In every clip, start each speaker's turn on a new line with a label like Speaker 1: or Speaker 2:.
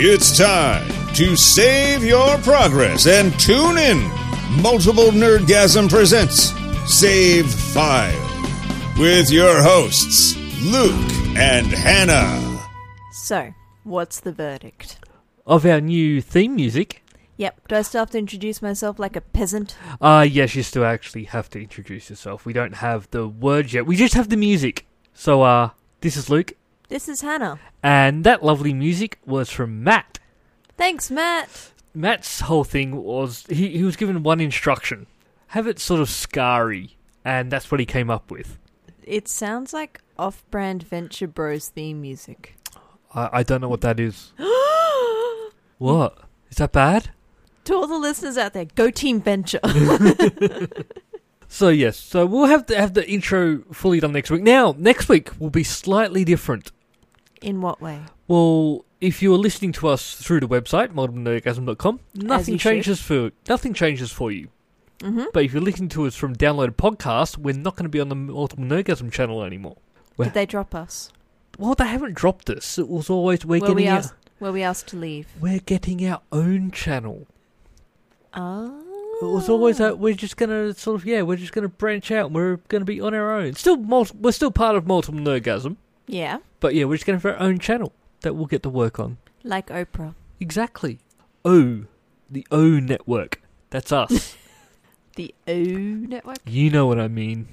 Speaker 1: It's time to save your progress and tune in. Multiple Nerdgasm presents Save File with your hosts, Luke and Hannah.
Speaker 2: So, what's the verdict?
Speaker 3: of our new theme music.
Speaker 2: Yep. Do I still have to introduce myself like a peasant?
Speaker 3: Uh yes, you still actually have to introduce yourself. We don't have the words yet. We just have the music. So uh this is Luke
Speaker 2: This is Hannah.
Speaker 3: and that lovely music was from Matt.
Speaker 2: Thanks, Matt.
Speaker 3: Matt's whole thing was he, he was given one instruction. Have it sort of scary and that's what he came up with.
Speaker 2: It sounds like off brand Venture Bros theme music.
Speaker 3: I, I don't know what that is. what? Is that bad?
Speaker 2: To all the listeners out there, go Team Venture.
Speaker 3: So yes, so we'll have to have the intro fully done next week. Now, next week will be slightly different.
Speaker 2: In what way?
Speaker 3: Well, if you are listening to us through the website, modernnergasm.com,
Speaker 2: you
Speaker 3: nothing
Speaker 2: should.
Speaker 3: changes for nothing changes for you.
Speaker 2: hmm
Speaker 3: But if you're listening to us from downloaded podcast, we're not going to be on the Multiple Nergasm channel anymore.
Speaker 2: Did they drop us?
Speaker 3: Well, they haven't dropped us. It was always we're
Speaker 2: were
Speaker 3: getting
Speaker 2: we
Speaker 3: our,
Speaker 2: asked? Were we asked to leave?
Speaker 3: we're getting our own channel.
Speaker 2: Oh.
Speaker 3: It
Speaker 2: Ah.
Speaker 3: was always that we're just going to sort of yeah, we're just going to branch out. and We're going to be on our own. Still, multi- we're still part of Multiple Nergasm,
Speaker 2: Yeah,
Speaker 3: but yeah, we're just going to have our own channel that we'll get to work on.
Speaker 2: like Oprah.
Speaker 3: Exactly. O, the O network. That's us.
Speaker 2: The O Network.
Speaker 3: You know what I mean.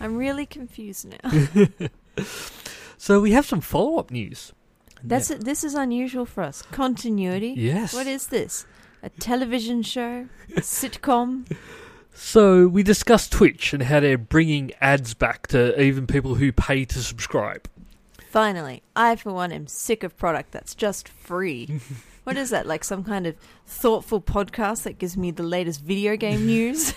Speaker 2: I'm really confused now.
Speaker 3: So we have some follow up news.
Speaker 2: That's it. This is unusual for us. Continuity.
Speaker 3: Yes.
Speaker 2: What is this? A television show? A sitcom?
Speaker 3: So we discussed Twitch and how they're bringing ads back to even people who pay to subscribe.
Speaker 2: Finally, I for one am sick of product that's just free. what is that? Like some kind of thoughtful podcast that gives me the latest video game news?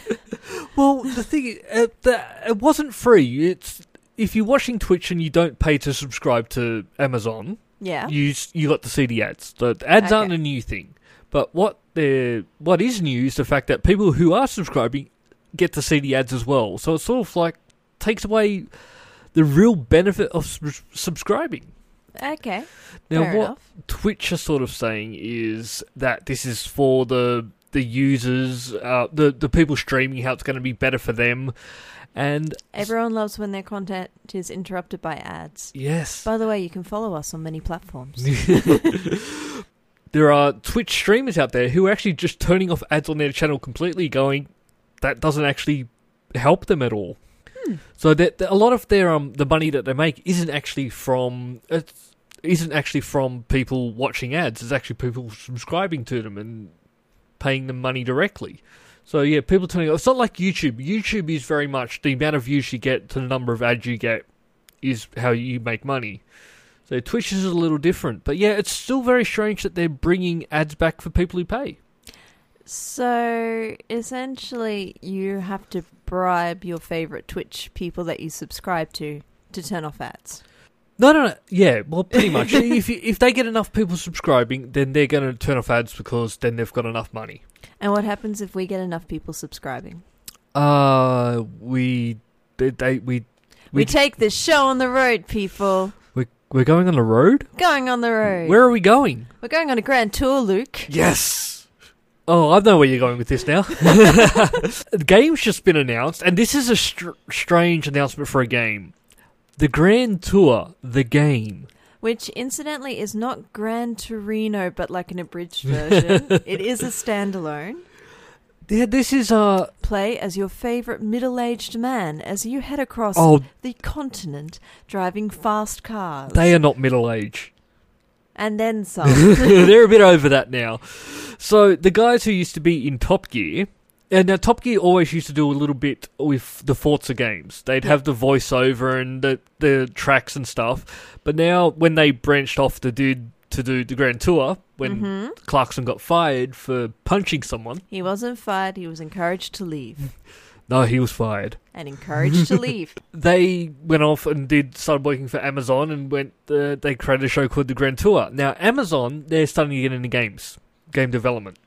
Speaker 3: Well, the thing uh, that it wasn't free. It's if you're watching Twitch and you don't pay to subscribe to Amazon,
Speaker 2: yeah.
Speaker 3: you s- you got to see the ads. The the ads aren't
Speaker 2: Okay.
Speaker 3: a new thing, but what they're what is new is the fact that people who are subscribing get to see the ads as well. So it sort of like takes away the real benefit of subs subscribing.
Speaker 2: Okay.
Speaker 3: Now,
Speaker 2: fair
Speaker 3: what
Speaker 2: enough.
Speaker 3: Twitch are sort of saying is that this is for the the users, uh, the the people streaming, how it's going to be better for them, and
Speaker 2: Everyone loves when their content is interrupted by ads.
Speaker 3: yes,
Speaker 2: By the way, you can follow us on many platforms.
Speaker 3: there are Twitch streamers out there who are actually just turning off ads on their channel completely, going that doesn't actually help them at all. So that that a lot of their um the money that they make isn't actually from it's isn't actually from people watching ads. It's actually people subscribing to them and paying them money directly. So yeah, people turning off. It's not like YouTube. YouTube is very much the amount of views you get to the number of ads you get is how you make money. So Twitch is a little different, but yeah, it's still very strange that they're bringing ads back for people who pay.
Speaker 2: So essentially, you have to bribe your favorite Twitch people that you subscribe to to turn off ads.
Speaker 3: No, no, no. Yeah, well, pretty much. if you, if they get enough people subscribing, then they're going to turn off ads because then they've got enough money.
Speaker 2: And what happens if we get enough people subscribing?
Speaker 3: Uh, we they, they we
Speaker 2: We,
Speaker 3: We-
Speaker 2: take this show on the road, people.
Speaker 3: we we're going on the road.
Speaker 2: Going on the road.
Speaker 3: Where are we going?
Speaker 2: We're going on a grand tour, Luke.
Speaker 3: Yes. Oh, I know where you're going with this now. the game's just been announced, and this is a str- strange announcement for a game. The Grand Tour, the game.
Speaker 2: Which, incidentally, is not Gran Torino, but like an abridged version. it is a standalone.
Speaker 3: Yeah, this is uh
Speaker 2: Play as your favorite middle aged man as you head across
Speaker 3: oh
Speaker 2: the continent driving fast cars.
Speaker 3: They are not middle age.
Speaker 2: and then some.
Speaker 3: They're a bit over that now. So the guys who used to be in Top Gear, and now Top Gear always used to do a little bit with the Forza games. They'd have the voiceover and the the tracks and stuff. But now when they branched off to do to do the Grand Tour, when Clarkson got fired for punching someone,
Speaker 2: he wasn't fired, he was encouraged to leave.
Speaker 3: no, he was fired.
Speaker 2: And encouraged to leave.
Speaker 3: they went off and did started working for Amazon and went. Uh, they created a show called The Grand Tour. Now Amazon, they're starting to get into games, game development.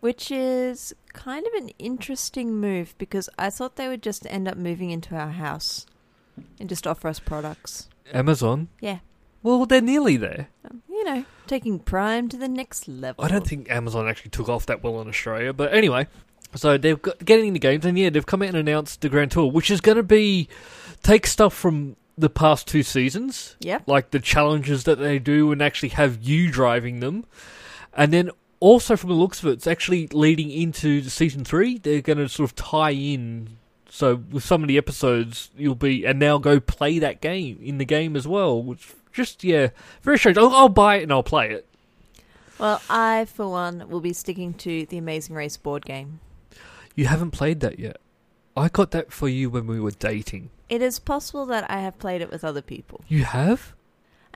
Speaker 2: Which is kind of an interesting move because I thought they would just end up moving into our house and just offer us products.
Speaker 3: Amazon.
Speaker 2: Yeah.
Speaker 3: Well, they're nearly there.
Speaker 2: Um, you know, Taking Prime to the next level.
Speaker 3: I don't think Amazon actually took off that well in Australia, but anyway, so they've got getting into games, and yeah, they've come out and announced the Grand Tour, which is going to be take stuff from the past two seasons,
Speaker 2: Yep.
Speaker 3: like the challenges that they do, and actually have you driving them, and then also from the looks of it, it's actually leading into season three. They're going to sort of tie in. So with some of the episodes, you'll be and now go play that game in the game as well, which just yeah, very strange. I'll, I'll buy it and I'll play it.
Speaker 2: Well, I, for one, will be sticking to the Amazing Race board game.
Speaker 3: You haven't played that yet. I got that for you when we were dating.
Speaker 2: It is possible that I have played it with other people.
Speaker 3: You have?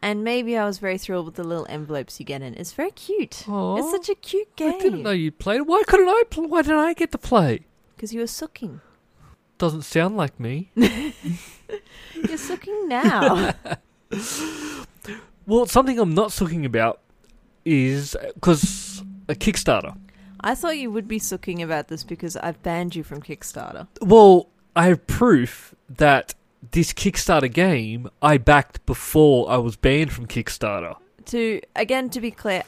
Speaker 2: And maybe I was very thrilled with the little envelopes you get in. It's very cute.
Speaker 3: Aw.
Speaker 2: It's such a cute game.
Speaker 3: Oh, I didn't know you played. it. Why couldn't I? Pl- why did I get to play?
Speaker 2: Because you were sucking.
Speaker 3: Doesn't sound like me.
Speaker 2: You're sucking now.
Speaker 3: well, something I'm not talking about is because a Kickstarter.
Speaker 2: I thought you would be sucking about this because I've banned you from Kickstarter.
Speaker 3: Well, I have proof that this Kickstarter game I backed before I was banned from Kickstarter.
Speaker 2: To again, to be clear,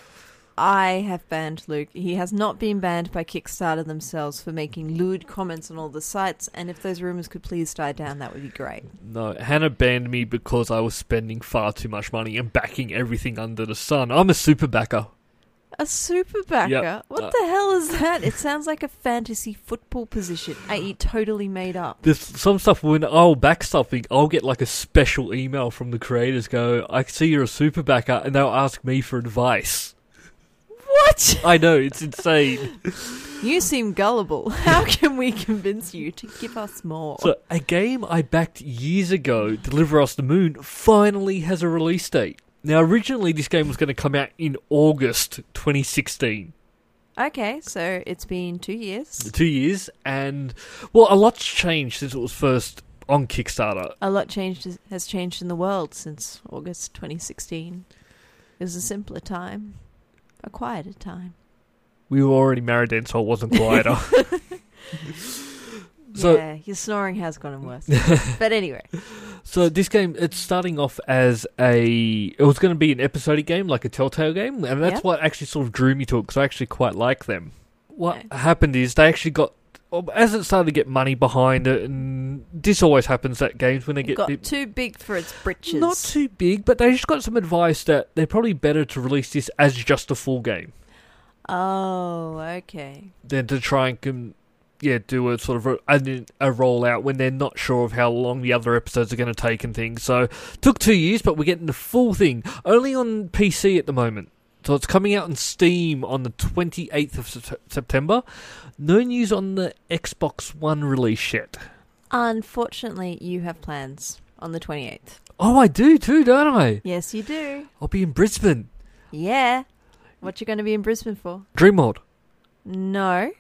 Speaker 2: I have banned Luke. He has not been banned by Kickstarter themselves for making lewd comments on all the sites. And if those rumors could please die down, that would be great.
Speaker 3: No, Hannah banned me because I was spending far too much money and backing everything under the sun. I'm a super backer.
Speaker 2: A super backer?
Speaker 3: Yep.
Speaker 2: What
Speaker 3: Uh,
Speaker 2: the hell is that? It sounds like a fantasy football position, i.e., totally made up.
Speaker 3: there's some stuff when I'll back something, I'll get like a special email from the creators. Go, I see you're a super backer, and they'll ask me for advice.
Speaker 2: What?
Speaker 3: I know it's insane.
Speaker 2: You seem gullible. How can we convince you to give us more?
Speaker 3: so a game I backed years ago, Deliver Us the Moon, finally has a release date. Now, originally this game was going to come out in August 2016,
Speaker 2: okay, so it's been two years.
Speaker 3: two years, and well, a lot's changed since it was first on Kickstarter.
Speaker 2: A lot changed has changed in the world since August 2016. It was a simpler time, a quieter time.
Speaker 3: We were already married then, so it wasn't quieter. So-
Speaker 2: yeah, your snoring has gotten worse. but anyway,
Speaker 3: So this game, it's starting off as a. It was going to be an episodic game, like a Telltale game, and that's
Speaker 2: Yeah.
Speaker 3: what actually sort of drew me to it because I actually quite like them. What
Speaker 2: Nice.
Speaker 3: happened is they actually got. As it started to get money behind it, and this always happens at games when they
Speaker 2: it
Speaker 3: get
Speaker 2: got
Speaker 3: bit-
Speaker 2: too big for its britches.
Speaker 3: not too big, but they just got some advice that they're probably better to release this as just a full game
Speaker 2: oh, okay.
Speaker 3: than to try and com- yeah do a sort of a, a, a rollout when they're not sure of how long the other episodes are going to take and things. So took two years, but we're getting the full thing only on PC at the moment. So it's coming out on Steam on the 28th of Sep- September. No news on the Xbox One release yet.
Speaker 2: Unfortunately, you have plans on the 28th.
Speaker 3: Oh, I do too, don't I?
Speaker 2: Yes, you do.
Speaker 3: I'll be in Brisbane.
Speaker 2: Yeah. What you going to be in Brisbane for?
Speaker 3: Dreamworld.
Speaker 2: No.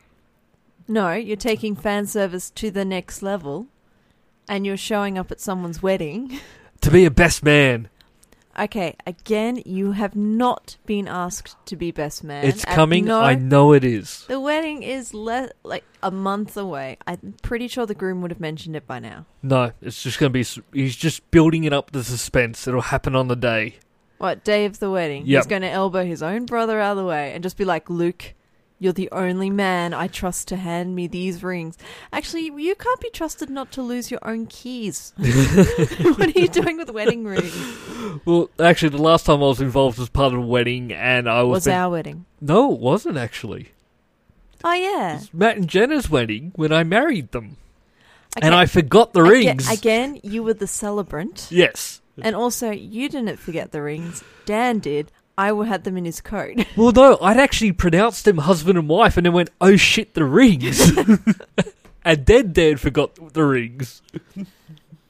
Speaker 2: No, you're taking fan service to the next level and you're showing up at someone's wedding.
Speaker 3: To be a best man.
Speaker 2: Okay, again, you have not been asked to be best man.
Speaker 3: it's
Speaker 2: And
Speaker 3: coming.
Speaker 2: No,
Speaker 3: I know it is.
Speaker 2: the wedding is le- like a month away. I'm pretty sure the groom would have mentioned it by now.
Speaker 3: No, it's just going to be. s- He's just building it up the suspense. It'll happen on the day.
Speaker 2: What day of the wedding?
Speaker 3: Yep.
Speaker 2: He's going to elbow his own brother out of the way and just be like, Luke, you're the only man I trust to hand me these rings. Actually, you can't be trusted not to lose your own keys. what are you doing with wedding rings?
Speaker 3: Well, actually, the last time I was involved was part of a wedding, and I was.
Speaker 2: Was
Speaker 3: been-
Speaker 2: our wedding?
Speaker 3: No, it wasn't actually.
Speaker 2: Oh yeah.
Speaker 3: It's Matt and Jenna's wedding when I married them, and
Speaker 2: Okay.
Speaker 3: I forgot the
Speaker 2: Aga-
Speaker 3: rings.
Speaker 2: Again, you were the celebrant,
Speaker 3: Yes.
Speaker 2: and also you didn't forget the rings. Dan did. I w- had them in his coat.
Speaker 3: Well, no, I'd actually pronounced them husband and wife, and then went, "Oh shit, the rings." and then Dan forgot the rings.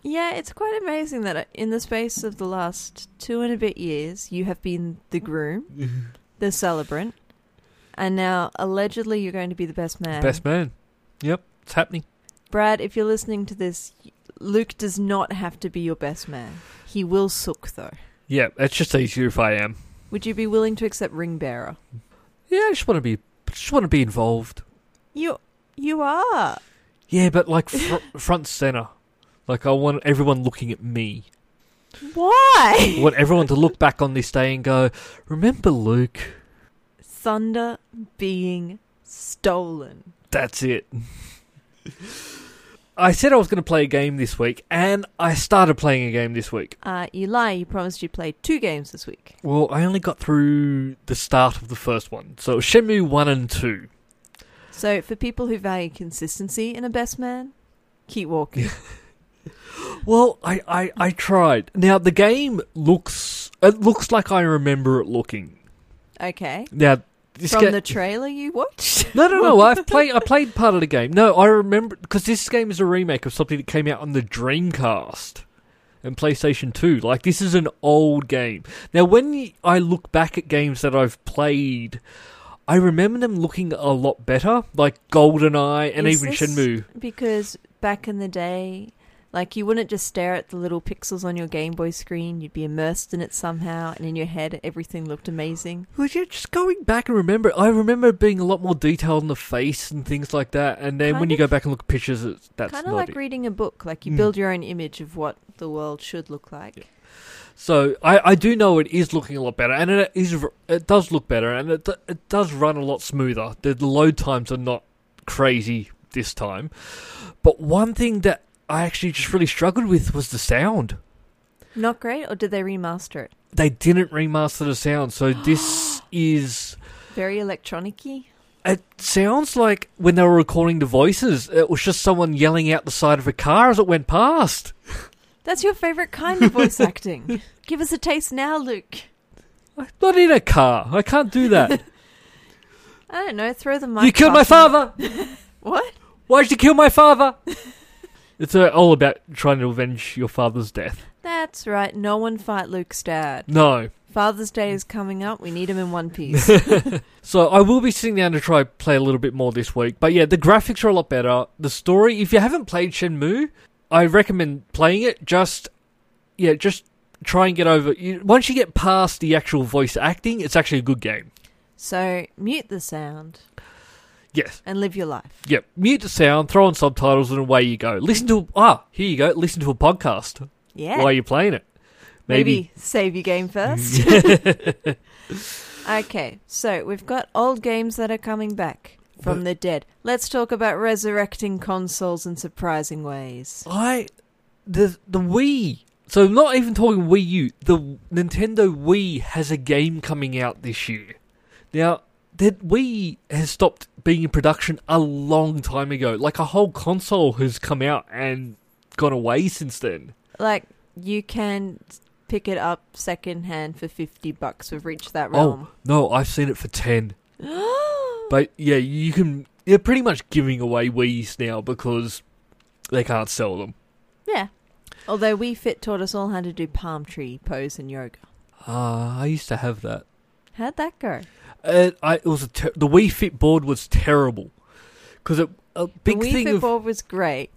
Speaker 2: Yeah, it's quite amazing that uh, in the space of the last two and a bit years, you have been the groom, the celebrant, and now allegedly you're going to be the best man.
Speaker 3: Best man. Yep, it's happening.
Speaker 2: Brad, if you're listening to this, Luke does not have to be your best man. He will sook, though.
Speaker 3: Yeah, it's just easier if I am.
Speaker 2: Would you be willing to accept ring bearer?
Speaker 3: Yeah, I just want to be. Just want to be involved.
Speaker 2: You, you are.
Speaker 3: Yeah, but like fr- front center. Like I want everyone looking at me.
Speaker 2: Why?
Speaker 3: I want everyone to look back on this day and go, remember Luke?
Speaker 2: Thunder being stolen.
Speaker 3: That's it. I said I was going to play a game this week, and I started playing a game this week.
Speaker 2: Uh, Eli, you promised you'd play two games this week.
Speaker 3: Well, I only got through the start of the first one. So, Shenmue 1 and 2.
Speaker 2: So, for people who value consistency in a best man, keep walking.
Speaker 3: Well, I, I, I tried. Now, the game looks. It looks like I remember it looking.
Speaker 2: Okay.
Speaker 3: Now, this
Speaker 2: From
Speaker 3: ga-
Speaker 2: the trailer you watched?
Speaker 3: No, no, no. I've played. I played part of the game. No, I remember because this game is a remake of something that came out on the Dreamcast and PlayStation Two. Like this is an old game. Now, when y- I look back at games that I've played, I remember them looking a lot better, like GoldenEye and
Speaker 2: Is
Speaker 3: even
Speaker 2: this-
Speaker 3: Shenmue.
Speaker 2: Because back in the day, like you wouldn't just stare at the little pixels on your Game Boy screen, you'd be immersed in it somehow, and in your head, everything looked amazing.
Speaker 3: Well, yeah, just going back and remember, I remember being a lot more detailed on the face and things like that. And then
Speaker 2: Kind
Speaker 3: when you
Speaker 2: of-
Speaker 3: go back and look at pictures, it's, that's
Speaker 2: Kind
Speaker 3: not
Speaker 2: of like
Speaker 3: it.
Speaker 2: reading a book, like you
Speaker 3: Mm.
Speaker 2: build your own image of what the world should look like.
Speaker 3: So I, I do know it is looking a lot better, and it is it does look better, and it do- it does run a lot smoother. The load times are not crazy this time, but one thing that I actually just really struggled with was the sound.
Speaker 2: Not great, or did they remaster it?
Speaker 3: They didn't remaster the sound, so this is
Speaker 2: Very electronic y.
Speaker 3: It sounds like when they were recording the voices, it was just someone yelling out the side of a car as it went past.
Speaker 2: That's your favourite kind of voice acting. Give us a taste now, Luke.
Speaker 3: I'm not in a car. I can't do that.
Speaker 2: I don't know, throw the mic.
Speaker 3: you killed my
Speaker 2: button.
Speaker 3: father.
Speaker 2: What?
Speaker 3: Why'd you kill my father? it's uh, all about trying to avenge your father's death.
Speaker 2: That's right, no one fight Luke's dad.
Speaker 3: No.
Speaker 2: Father's Day is coming up, we need him in one piece.
Speaker 3: So I will be sitting down to try play a little bit more this week. But yeah, the graphics are a lot better. The story, if you haven't played Shenmue, I recommend playing it. Just yeah, just try and get over. You, once you get past the actual voice acting, it's actually a good game.
Speaker 2: so, mute the sound
Speaker 3: Yes.
Speaker 2: and live your life.
Speaker 3: Yep. Mute the sound, throw on subtitles, and away you go. Listen to ah, here you go. Listen to a podcast
Speaker 2: Yeah.
Speaker 3: while you're playing it.
Speaker 2: maybe.
Speaker 3: Maybe.
Speaker 2: save your game first. okay, so we've got old games that are coming back from
Speaker 3: But-
Speaker 2: the dead. Let's talk about resurrecting consoles in surprising ways.
Speaker 3: I the the Wii. So I'm not even talking Wii U. The Nintendo Wii has a game coming out this year. Now that Wii has stopped being in production a long time ago. Like a whole console has come out and gone away since then.
Speaker 2: Like, you can pick it up secondhand for 50 bucks. We've reached that realm.
Speaker 3: Oh no, I've seen it for ten. But yeah, you can. They're pretty much giving away Wii's now because they can't sell them.
Speaker 2: Yeah. Although We Fit taught us all how to do palm tree pose and yoga.
Speaker 3: Ah, I used to have that.
Speaker 2: How'd that go?
Speaker 3: It, Uh, I, it was a ter- the Wii Fit board was terrible because it a big
Speaker 2: the Wii
Speaker 3: thing
Speaker 2: Fit
Speaker 3: of
Speaker 2: board was great.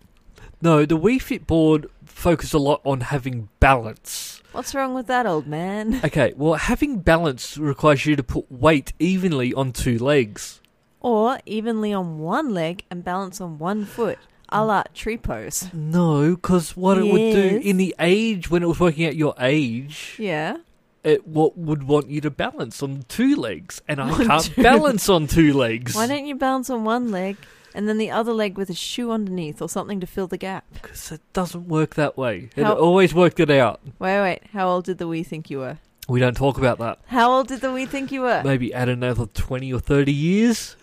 Speaker 3: no the Wii Fit board focused a lot on having balance.
Speaker 2: What's wrong with that, old man?
Speaker 3: Okay, well having balance requires you to put weight evenly on two legs.
Speaker 2: Or evenly on one leg and balance on one foot,
Speaker 3: Mm.
Speaker 2: a la tree pose.
Speaker 3: No, because what it would do
Speaker 2: Yes.
Speaker 3: in the age when it was working out your age,
Speaker 2: Yeah.
Speaker 3: it what would want you to balance on two legs, and I
Speaker 2: On
Speaker 3: can't
Speaker 2: two-
Speaker 3: balance on two legs
Speaker 2: Why don't you balance on one leg and then the other leg with a shoe underneath or something to fill the gap?
Speaker 3: because it doesn't work that way. It
Speaker 2: How-
Speaker 3: always worked it out.
Speaker 2: Wait, wait. How old did the Wii think you were?
Speaker 3: We don't talk about that.
Speaker 2: How old did the Wii think you were?
Speaker 3: maybe add another 20 or 30 years.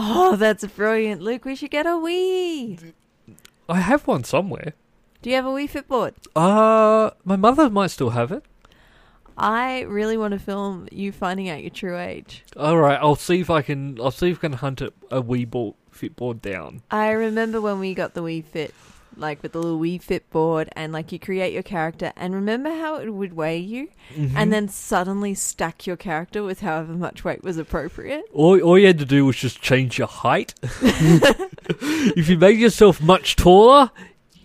Speaker 2: Oh, that's brilliant. Luke, we should get a Wii.
Speaker 3: I have one somewhere.
Speaker 2: Do you have a Wii Fit board?
Speaker 3: Uh, my mother might still have it.
Speaker 2: I really want to film you finding out your true age.
Speaker 3: All right, I'll see if I can. I'll see if I can hunt a, a Wii ball, fit board down.
Speaker 2: I remember when we got the Wii Fit, like with the little Wii Fit board, and like you create your character, and remember how it would weigh you,
Speaker 3: Mm-hmm. Hmm?
Speaker 2: and then suddenly stack your character with however much weight was appropriate.
Speaker 3: all, all you had to do was just change your height. if you made yourself much taller,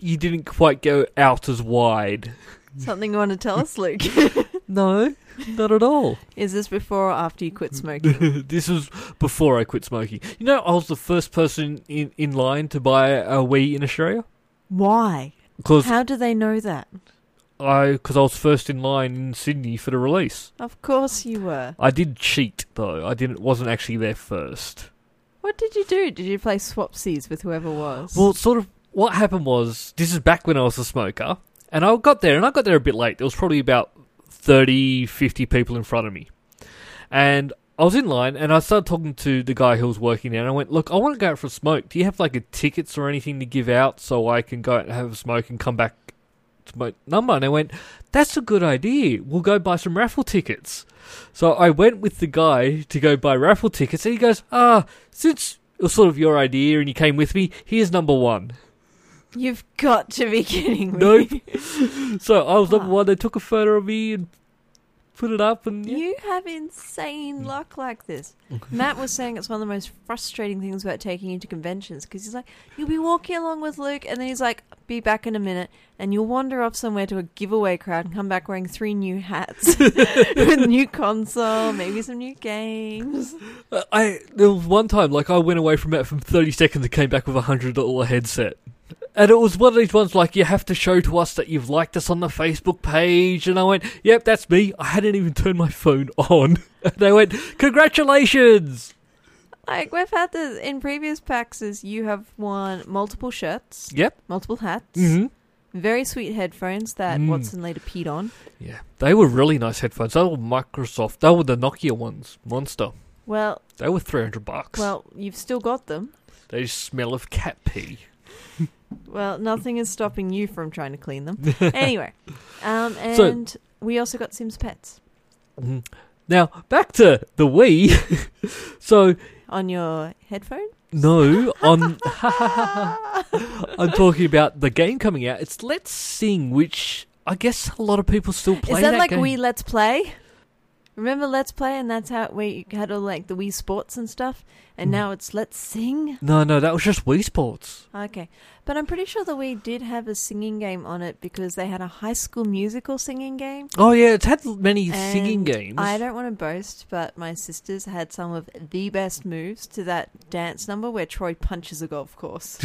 Speaker 3: you didn't quite go out as wide.
Speaker 2: Something you want to tell us, Luke?
Speaker 3: No, not at all.
Speaker 2: Is this before or after you quit smoking?
Speaker 3: this was before I quit smoking. You know, I was the first person in, in line to buy a Wii in Australia
Speaker 2: Why?
Speaker 3: because
Speaker 2: How do they know that?
Speaker 3: I because I was first in line in Sydney for the release.
Speaker 2: Of course you were.
Speaker 3: I did cheat though. I didn't wasn't actually there first.
Speaker 2: What did you do? Did you play swapsies with whoever was?
Speaker 3: Well, sort of what happened was this is back when I was a smoker, and I got there, and I got there a bit late. There was probably about 30, 50 people in front of me. And I was in line, and I started talking to the guy who was working there, and I went, Look, I want to go out for a smoke. Do you have like a tickets or anything to give out so I can go out and have a smoke and come back to my number? And they went, That's a good idea. We'll go buy some raffle tickets. So I went with the guy to go buy raffle tickets, and he goes, Ah, since it was sort of your idea and you came with me, here's number one.
Speaker 2: You've got to be kidding me.
Speaker 3: Nope. So I was number
Speaker 2: Ah.
Speaker 3: one. They took a photo of me and put it up, and yeah. Mm.
Speaker 2: You have insane luck like this. Matt was saying it's one of the most frustrating things about taking you to conventions because he's like, you'll be walking along with Luke, and then he's like, be back in a minute, and you'll wander off somewhere to a giveaway crowd and come back wearing three new hats with a new console, maybe some new games.
Speaker 3: Uh, I there was one time like I went away from it from thirty seconds and came back with a hundred dollar headset, and it was one of these ones like you have to show to us that you've liked us on the Facebook page, and I went, "Yep, that's me." I hadn't even turned my phone on, and they went, "Congratulations!"
Speaker 2: Like, we've had this in previous packs, is you have won multiple shirts,
Speaker 3: Yep.
Speaker 2: multiple hats,
Speaker 3: hmm
Speaker 2: very sweet headphones that
Speaker 3: Mm.
Speaker 2: Watson later peed on.
Speaker 3: Yeah, they were really nice headphones. They were Microsoft. They were the Nokia ones, Monster.
Speaker 2: Well,
Speaker 3: They were three hundred bucks.
Speaker 2: well, you've still got them.
Speaker 3: they smell of cat pee.
Speaker 2: Well, nothing is stopping you from trying to clean them. anyway, um,
Speaker 3: So-
Speaker 2: and we also got Sims Pets
Speaker 3: Mhm. Now back to the Wii. so
Speaker 2: on your headphone.
Speaker 3: no, on I'm talking about the game coming out. It's Let's Sing, which I guess a lot of people still play.
Speaker 2: is that, like
Speaker 3: game.
Speaker 2: we Let's Play? Remember Let's Play, and that's how we had all like the Wii Sports and stuff, and
Speaker 3: Mm.
Speaker 2: now it's Let's Sing.
Speaker 3: No, no, that was just Wii Sports.
Speaker 2: Okay, but I'm pretty sure the Wii did have a singing game on it because they had a High School Musical singing game.
Speaker 3: Oh yeah, it's had many singing
Speaker 2: And
Speaker 3: games.
Speaker 2: I don't want to boast, but my sisters had some of the best moves to that dance number where Troy punches a golf course.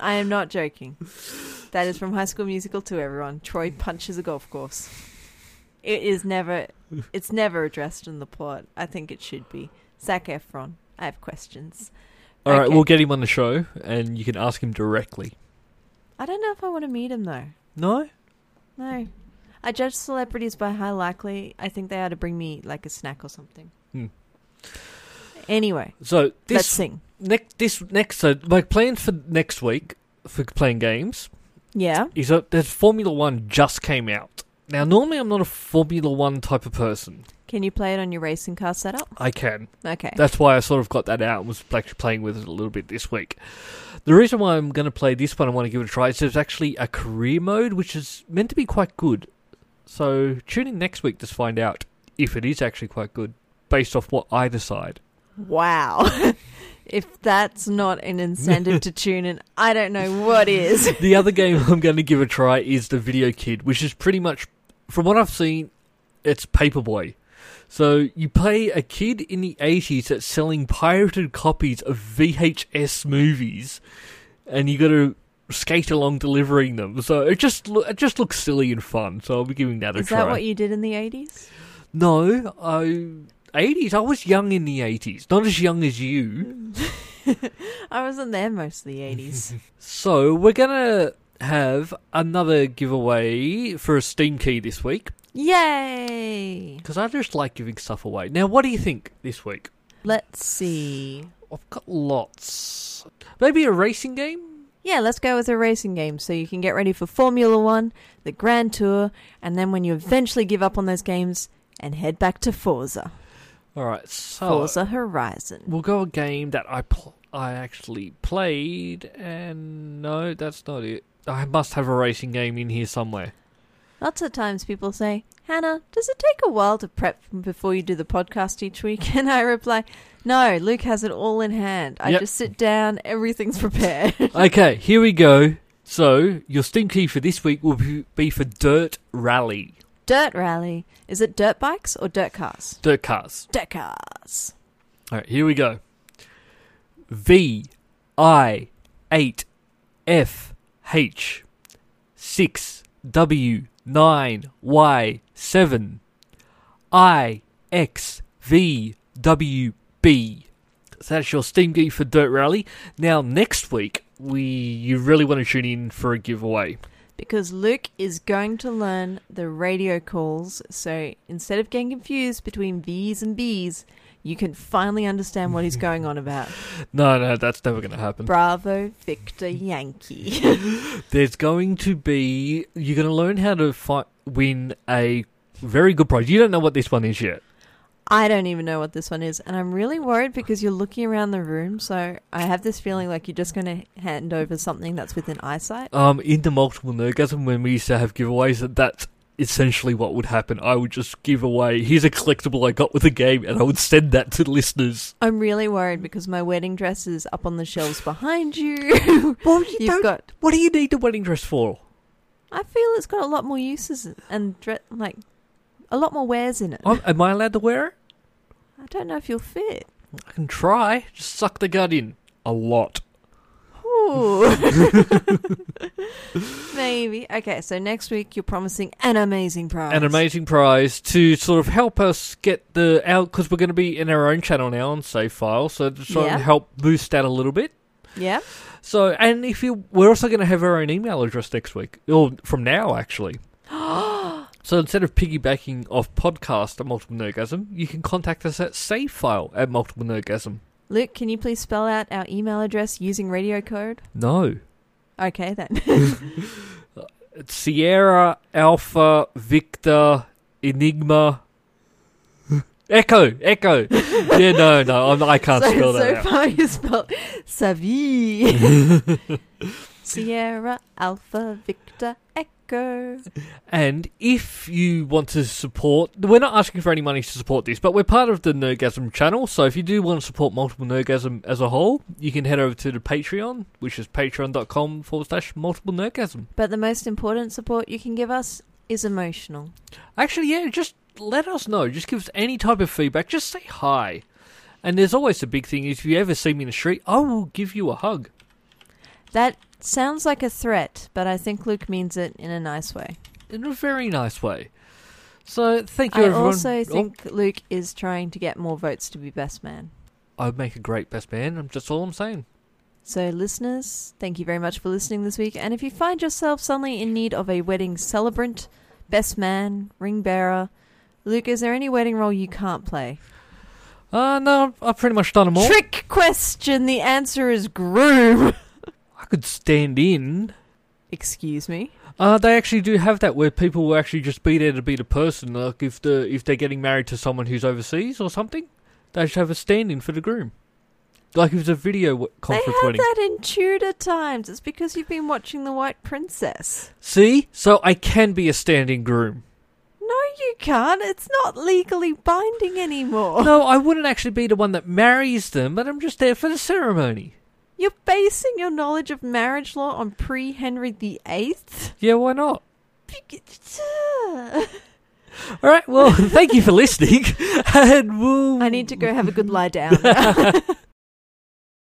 Speaker 2: I am not joking. That is from High School Musical to everyone. Troy punches a golf course. It is never, it's never addressed in the plot. I think it should be. Zac Efron. I have questions.
Speaker 3: All right,
Speaker 2: okay.
Speaker 3: we'll get him on the show, and you can ask him directly.
Speaker 2: I don't know if I want to meet him though.
Speaker 3: No,
Speaker 2: No, I judge celebrities by how likely I think they are to bring me like a snack or something.
Speaker 3: Hmm.
Speaker 2: Anyway,
Speaker 3: so this
Speaker 2: let's sing.
Speaker 3: next this next so my plans for next week for playing games
Speaker 2: Yeah.
Speaker 3: is that there's Formula One just came out. Now normally I'm not a Formula One type of person.
Speaker 2: Can you play it on your racing car setup?
Speaker 3: I can.
Speaker 2: Okay.
Speaker 3: That's why I sort of got that out and was actually playing with it a little bit this week. The reason why I'm going to play this one, I want to give it a try, is there's actually a career mode which is meant to be quite good. So tune in next week to find out if it is actually quite good based off what I decide.
Speaker 2: wow. if that's not an incentive to tune in, I don't know what is.
Speaker 3: the other game I'm going to give a try is the Video Kid, which is pretty much, from what I've seen, it's Paperboy. So you play a kid in the 80s that's selling pirated copies of VHS movies, and you got to skate along delivering them. So it just lo- it just looks silly and fun. So I'll be giving that a
Speaker 2: Is
Speaker 3: try.
Speaker 2: that what you did in the 80s?
Speaker 3: no, I 80s. I was young in the 80s, not as young as you.
Speaker 2: I wasn't there most of the 80s.
Speaker 3: So we're gonna have another giveaway for a Steam key this week
Speaker 2: Yay!
Speaker 3: because I just like giving stuff away. Now, what do you think this week?
Speaker 2: Let's see.
Speaker 3: I've got lots. Maybe a racing game.
Speaker 2: Yeah, let's go with a racing game so you can get ready for Formula One, the Grand Tour, and then when you eventually give up on those games and head back to Forza.
Speaker 3: All right, so
Speaker 2: Forza Horizon.
Speaker 3: we'll go a game that I pl- I actually played, and no, that's not it. I must have a racing game in here somewhere.
Speaker 2: Lots of times people say, Hannah, does it take a while to prep before you do the podcast each week? And I reply, No, Luke has it all in hand. I
Speaker 3: Yep.
Speaker 2: just sit down, everything's prepared.
Speaker 3: okay, here we go. So your Steam key for this week will be- be for Dirt Rally,
Speaker 2: dirt rally. Is it dirt bikes or dirt cars?
Speaker 3: dirt cars.
Speaker 2: Dirt cars.
Speaker 3: All right, here we go. V I 8 F H 6 W nine Y seven I X V W B. So that's your Steam Geek for Dirt Rally. Now next week we you really want to tune in for a giveaway.
Speaker 2: Because Luke is going to learn the radio calls, so instead of getting confused between V's and B's, you can finally understand what he's going on about.
Speaker 3: No, no, that's never going to happen.
Speaker 2: Bravo, Victor Yankee.
Speaker 3: There's going to be you're going to learn how to fi- win a very good prize. You don't know what this one is yet.
Speaker 2: I don't even know what this one is, and I'm really worried because you're looking around the room, so I have this feeling like you're just going to hand over something that's within eyesight.
Speaker 3: Um, in the multiple nerdgasm, when we used to have giveaways, that that's essentially what would happen. I would just give away here's a collectible I got with a game, and I would send that to the listeners.
Speaker 2: I'm really worried because my wedding dress is up on the shelves behind you.
Speaker 3: Well,
Speaker 2: You've got.
Speaker 3: What do you need the wedding dress for?
Speaker 2: I feel it's got a lot more uses and dre- like a lot more wears in it.
Speaker 3: I'm, am I allowed to wear it?
Speaker 2: I don't know if you'll fit.
Speaker 3: I can try. Just suck the gut in a lot.
Speaker 2: Ooh. Maybe. Okay, so next week you're promising an amazing prize.
Speaker 3: An amazing prize to sort of help us get the out because we're going to be in our own channel now on Save File, so to try
Speaker 2: Yeah.
Speaker 3: and help boost that a little bit.
Speaker 2: Yeah.
Speaker 3: So, and if you, we're also going to have our own email address next week, or from now actually. so instead of piggybacking off podcast at Multiple Nerdgasm, you can contact us at save file at Multiple Nerdgasm.
Speaker 2: Luke, can you please spell out our email address using radio code?
Speaker 3: No,
Speaker 2: Okay, then.
Speaker 3: it's Sierra Alpha Victor Enigma Echo Echo. yeah, no, no, I'm, I can't
Speaker 2: so,
Speaker 3: spell that
Speaker 2: so
Speaker 3: out.
Speaker 2: far you spelled Savi. Sierra Alpha Victor Echo.
Speaker 3: And if you want to support, we're not asking for any money to support this, but we're part of the Nerdgasm channel. So if you do want to support multiple Nerdgasm as a whole, you can head over to the Patreon, which is patreon.com forward slash multiple Nerdgasm.
Speaker 2: But the most important support you can give us is emotional.
Speaker 3: Actually, yeah, just let us know. Just give us any type of feedback. Just say hi. And there's always the big thing if you ever see me in the street, I will give you a hug.
Speaker 2: That sounds like a threat, but I think Luke means it in a nice way.
Speaker 3: In a very nice way. So thank you,
Speaker 2: I
Speaker 3: everyone.
Speaker 2: also
Speaker 3: Oh,
Speaker 2: think Luke is trying to get more votes to be best man.
Speaker 3: I make a great best man. I'm just all I'm saying.
Speaker 2: So, listeners, thank you very much for listening this week. And if you find yourself suddenly in need of a wedding celebrant, best man, ring bearer, Luke, is there any wedding role you can't play?
Speaker 3: Uh, no, I've pretty much done them all.
Speaker 2: Trick question. The answer is groom.
Speaker 3: I could stand in.
Speaker 2: Excuse me.
Speaker 3: Uh, they actually do have that where people will actually just be there to be the person. Like if the if they're getting married to someone who's overseas or something, they should have a stand-in for the groom. Like if it's a video w-
Speaker 2: they
Speaker 3: conference
Speaker 2: had
Speaker 3: wedding.
Speaker 2: that in Tudor times. It's because you've been watching The White Princess.
Speaker 3: See, so I can be a stand-in groom.
Speaker 2: No, you can't. It's not legally binding anymore.
Speaker 3: No, I wouldn't actually be the one that marries them, but I'm just there for the ceremony.
Speaker 2: You're basing your knowledge of marriage law on pre Henry VIII?
Speaker 3: Yeah, why not? All right. Well, thank you for listening, and we'll.
Speaker 2: I need to go have a good lie down. now.